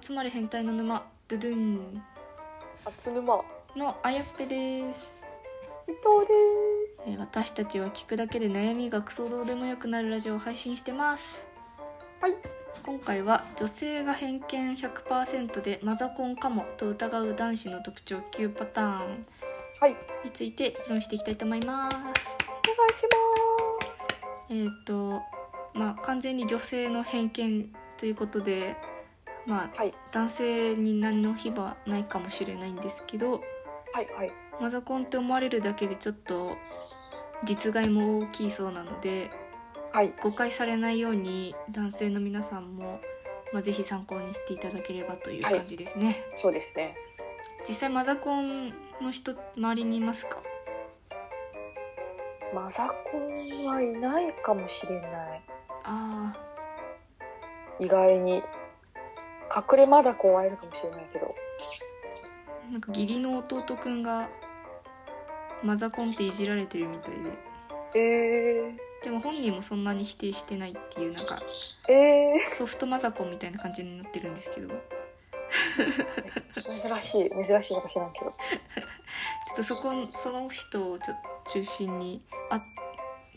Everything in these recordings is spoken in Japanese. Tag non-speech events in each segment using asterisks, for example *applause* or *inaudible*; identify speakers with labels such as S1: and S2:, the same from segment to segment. S1: 集まる変態の沼ドゥドゥン
S2: あつぬま
S1: のあやっぺです、
S2: 伊藤です
S1: えー私たちは聞くだけで悩みがクソどうでもよくなるラジオを配信してます
S2: はい
S1: 今回は女性が偏見100%でマザコンかもと疑う男子の特徴9パターン
S2: はい
S1: について議論していきたいと思います
S2: お願いします
S1: えーっ、とまあ完全に女性の偏見ということでまあ
S2: はい
S1: 男性に何の非はないかもしれないんですけど
S2: はいはい
S1: マザコンって思われるだけでちょっと実害も大きいそうなので
S2: はい
S1: 誤解されないように男性の皆さんも、まあ、ぜひ参考にしていただければという
S2: はい
S1: 感じですね、
S2: そうですね
S1: 実際マザコンの人周りにいますか
S2: マザコンはいないかもしれない
S1: あ
S2: 意外に隠れマザコンはいるかもしれないけど
S1: ーなんか義理の弟くんがマザコンっていじられてるみたいで
S2: え
S1: でも本人もそんなに否定してないっていうなんか
S2: ー、え
S1: ソフトマザコンみたいな感じになってるんですけどちょ
S2: ー、珍しい珍しいのか知らんけど
S1: っとそこその人をちょっと中心にあ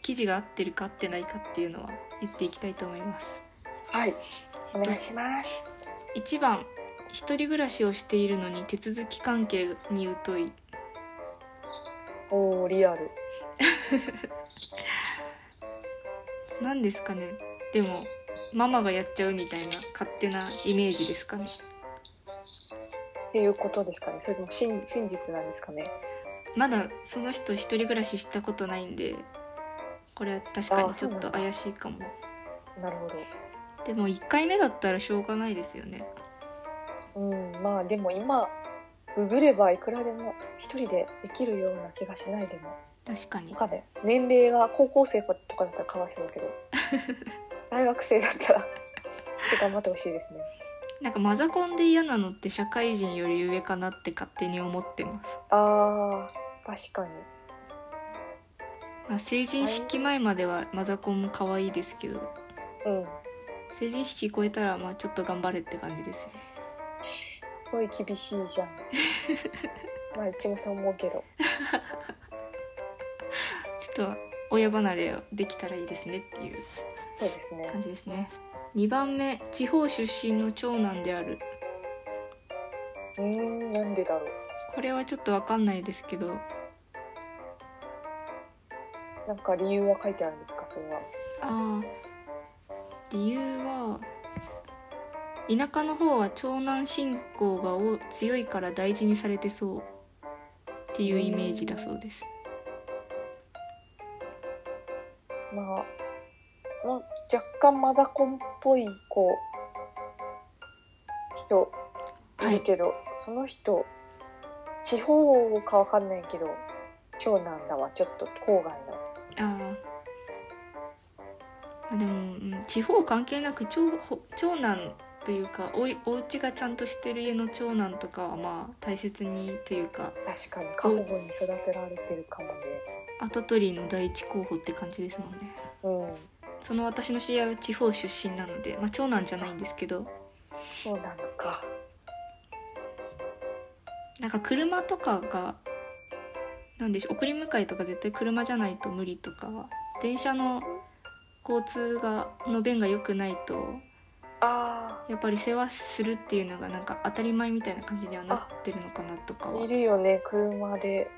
S1: 記事が合ってるか合ってないかっていうのは言っていきたいと思います
S2: はいお願いします
S1: 1番一人暮らしをしているのに手続き関係に疎い
S2: おーリアル
S1: 何ですかねでもママがやっちゃうみたいな勝手なイメージですかね
S2: っていうことですかねそれとも真真実なんですかね
S1: まだその人一人暮らししたことないんでこれは確かにちょっと怪しいかも
S2: なるほ
S1: でも1回目だったらしょうがないですよね
S2: どうんまあでも今ググればいくらでも一人でできるような気がしないでも
S1: 確かに
S2: わかんない年齢が高校生とかだったらかわいそうだけ *laughs* ど大学生だったらちょっと頑張ってほしいですね
S1: なんかマザコンで嫌なのって社会人より上かなって勝手に思ってます、
S2: あー確かに
S1: まあ、成人式前まではマザコンも可愛いですけど
S2: うん
S1: 成人式超えたらまあちょっと頑張れって感じですよね
S2: すごい厳しいじゃ *laughs* んまあうちもそう思うけど
S1: ちょっと親離れをできたらいいですねっていう
S2: そうですね
S1: 感じですね2番目地方出身の長男である
S2: うーんなんでだろう
S1: これはちょっとわかんないですけど
S2: なんか理由は書いてあるんですかそれは
S1: ああ理由は田舎の方は長男信仰がお強いから大事にされてそうっていうイメージだそうです
S2: まあ、まあ若干マザコンっぽいこう人
S1: はい
S2: いるけど、その人地方かわかんないけど長男だわちょっと郊外の
S1: あーあでも、うん地方関係なく長ほ長男というかおいお家がちゃんとしてる家の長男とかはまあ大切にというか
S2: 確かに過保護に育てられてるかもね
S1: 跡取りの第一候補って感じですもんね
S2: うん
S1: その私の知り合いは地方出身なので、まあ、長男じゃないんですけど
S2: そうなのか
S1: なんか車とかがなんでしょう送り迎えとか絶対車じゃないと無理とか電車の交通がの便が良くないと
S2: あ
S1: やっぱり世話するっていうのがなんか当たり前みたいな感じにはなってるのかなとか
S2: ー
S1: はい
S2: るよね車で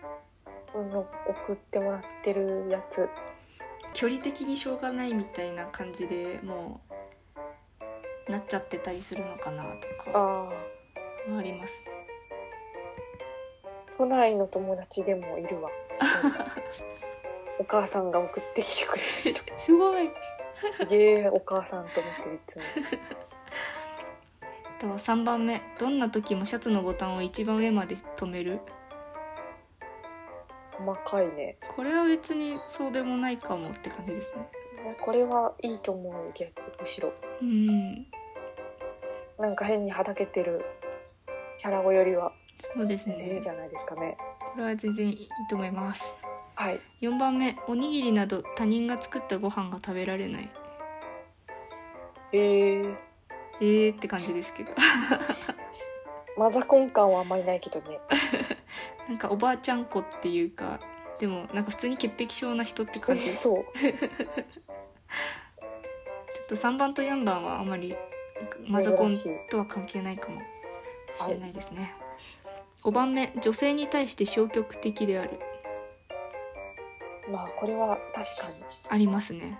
S2: うん送ってもらってるやつ
S1: 距離的にしょうがないみたいな感じでもうなっちゃってたりするのかなとかは
S2: ああ
S1: ありますね
S2: 都内の友達でもい
S1: *laughs*
S2: るわお母さんが送ってきてくれる人
S1: すごい
S2: すげえお母さんと思ってるいつも
S1: あとは3番目どんな時もシャツのボタンを一番上まで止める
S2: 細かいね
S1: これは別にそうでもないかもって感じですね
S2: これはいいと思う逆むしろ
S1: うん
S2: なんか変にはだけてるチャラ語よりは
S1: そうです
S2: 全然いい
S1: ね
S2: じ。ゃないですかね
S1: これは全然いいと思います。
S2: はい
S1: 4番目、おにぎりなど他人が作ったご飯が食べられない。
S2: えー、
S1: えーって感じですけど *laughs*
S2: マザコン感はあんまりないけどね
S1: なんかおばあちゃん子っていうかでもなんか普通に潔癖症な人って感
S2: *laughs*
S1: じちょ
S2: そう
S1: っと3番と4番はあまりマザコンとは関係ないかもしれないですね、5番目女性に対して消極的である
S2: まあこれは確か
S1: ありますね
S2: に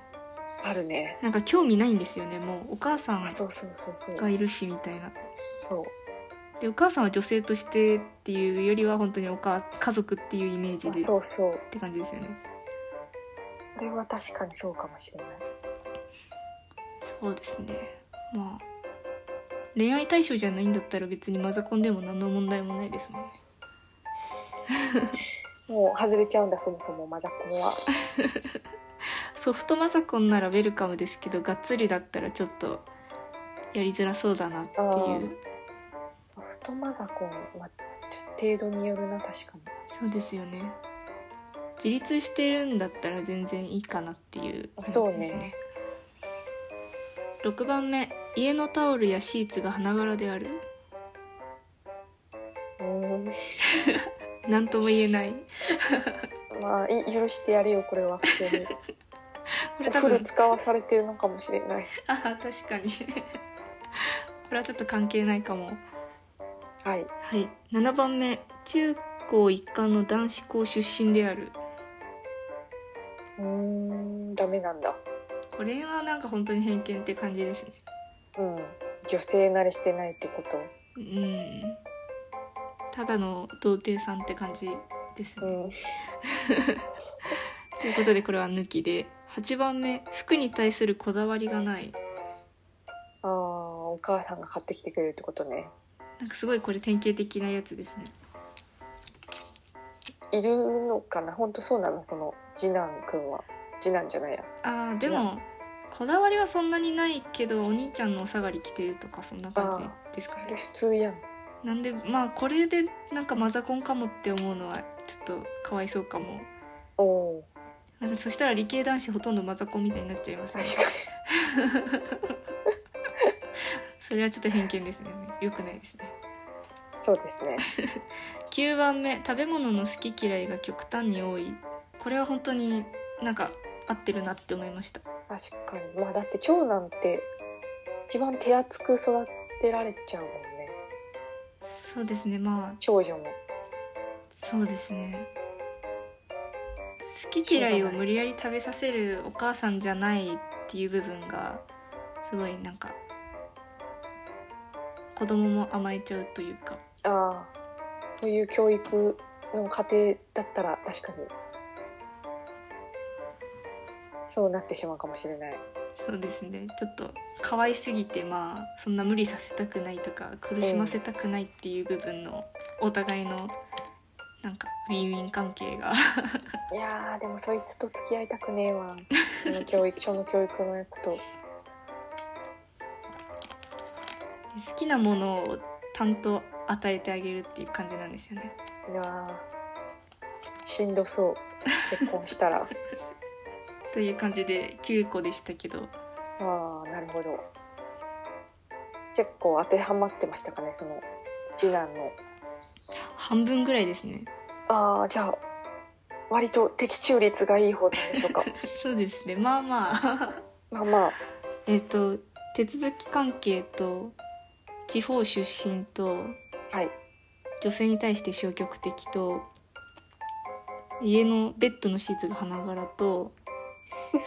S2: あるね
S1: なんか興味ないんですよねもうお母さん
S2: あそうそうそうそう
S1: がいるしみたいな
S2: そう
S1: でお母さんは女性としてっていうよりは本当にお母家族っていうイメージ
S2: あ
S1: でっ
S2: そうそう
S1: て感じですよね
S2: これは確かにそうかもしれない
S1: そうですねまあ恋愛対象じゃないんだったら別にマザコンでも何の問題もないですもんね
S2: もう外れちゃうんだそもそもマザコンは
S1: ソフトマザコンならウェルカムですけどがっつりだったらちょっとやりづらそうだなって
S2: あ
S1: い
S2: ー
S1: う
S2: ソフトマザコンはちょっと程度によるな確かに
S1: そうですよね自立してるんだったら全然いいかなっていう感じ
S2: そうね
S1: ですね6番目家のタオルやシーツが花柄である
S2: うー *laughs* ん
S1: 何とも言えない
S2: まあい許してやれよこれは普 *laughs* 通に
S1: こ
S2: お
S1: れ多
S2: 風
S1: 分
S2: 呂使わされてるのかもしれない
S1: *laughs* あー確かに *laughs* これはちょっと関係ないかも
S2: はい
S1: はい7番目中高一貫の男子校出身である
S2: うーんダメなんだ
S1: これはなんか本当に偏見って感じですね
S2: うん女性慣れしてないってこと
S1: うんただの童貞さんって感じですね、
S2: うん
S1: ということでこれは抜きで8番目服に対するこだわりがない
S2: あーお母さんが買ってきてくれるってことね
S1: なんかすごいこれ典型的なやつですね
S2: いるのかな本当そうなのその次男くんは次男じゃないや
S1: あーで
S2: じゃ
S1: もこだわりはそんなにないけどお兄ちゃんのお下がり着てるとかそんな感
S2: あ
S1: じですか
S2: そ
S1: ね
S2: れ普通やん
S1: なんでまあこれでなんかマザコンかもって思うのはちょっとかわいそうかも
S2: おお
S1: なんかそしたら理系男子ほとんどマザコンみたいになっちゃいますね
S2: 確か
S1: それはちょっと偏見ですね良くないですね
S2: にそうですね
S1: 9番目食べ物の好き嫌いが極端に多いこれは本当になんか合ってるなって思いました
S2: 確かにまあだって長男って一番手厚く育てられちゃうもんね
S1: そうですねまあ
S2: 長女も
S1: そうですね好き嫌いを無理やり食べさせるお母さんじゃないっていう部分がすごいなんか子供も甘えちゃうというか
S2: ああそういう教育の家庭だったら確かにそうなってしまうかもしれない
S1: そうですねちょっと可愛すぎてまあそんな無理させたくないとか苦しませたくないっていう部分のお互いのなんかウィンウィン関係が *laughs*
S2: いやーでもそいつと付き合いたくねえわその教 *laughs* 育その教育のやつと
S1: 好きなものを担当与えてあげるっていう感じなんですよね
S2: いやーしんどそう結婚したら
S1: という感じで9個でしたけど
S2: ああなるほど結構当てはまってましたかねその次男の
S1: 半分ぐらいですね
S2: ああじゃあ割と的中率がいい方なんでしょうか
S1: そうですねまあまあ
S2: *laughs* まあまあ
S1: *laughs* えっと手続き関係と地方出身と
S2: はい
S1: 女性に対して消極的と家のベッドのシーツが花柄と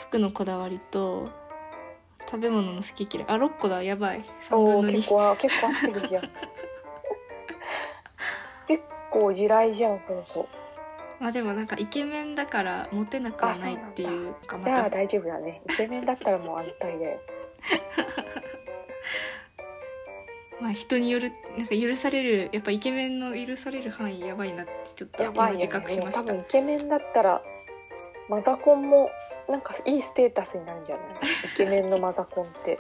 S1: 服のこだわりと食べ物の好き嫌いあ6個だやばい3
S2: おお
S1: 分の2
S2: 結構は結構合ってるじゃん *laughs* 結構地雷じゃんその子
S1: まあでもなんかイケメンだからモテなくはないっていうかま
S2: じゃあ
S1: た
S2: 大丈夫だねイケメンだったらもう安泰だよ
S1: まあ人によるなんか許されるやっぱイケメンの許される範囲やばいなってちょっと
S2: やば
S1: 今
S2: いよ、ね、
S1: 自覚しまし
S2: 多
S1: た
S2: 分イケメンだったらマザコンもなんかいいステータスになるんじゃないイケメンのマザコンって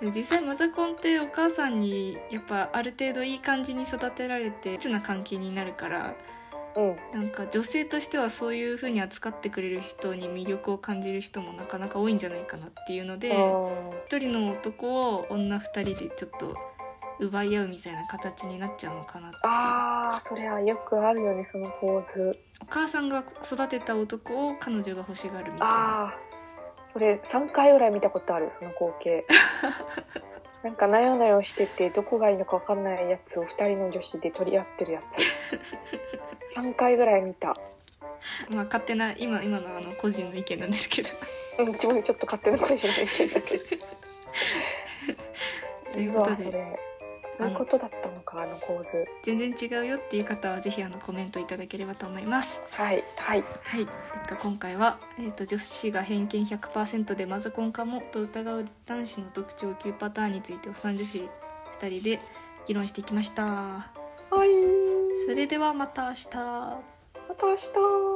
S1: で実際マザコンってお母さんにやっぱある程度いい感じに育てられて密な関係になるから
S2: うん
S1: なんか女性としてはそういう風に扱ってくれる人に魅力を感じる人もなかなか多いんじゃないかなっていうので
S2: あ
S1: 一人の男を女二人でちょっと奪い合うみたいな形になっちゃうのかなっていう
S2: あーそれはよくあるよねその構図
S1: お母さんが育てた男を彼女が欲しがるみたいな
S2: ああそれ3回ぐらい見たことあるその光 *laughs* 景なんかなよなよしててどこがいいのか分かんないやつを2人の女子で取り合ってるやつ3回ぐらい見た
S1: まあ勝手な今今のあの個人の意見なんですけど
S2: うん自分ちょっと勝手なことじゃないけ *laughs* ど
S1: ということ
S2: わそ
S1: で
S2: れそういうことだったのかあの構図
S1: 全然違うよっていう方はぜひあのコメントいただければと思います
S2: はいはい
S1: はい、えっと、今回は、えっと、女子が偏見100%でマザコンかもと疑う男子の特徴9パターンについてお三女子2人で議論してきました
S2: はい
S1: それではまた明日
S2: また明日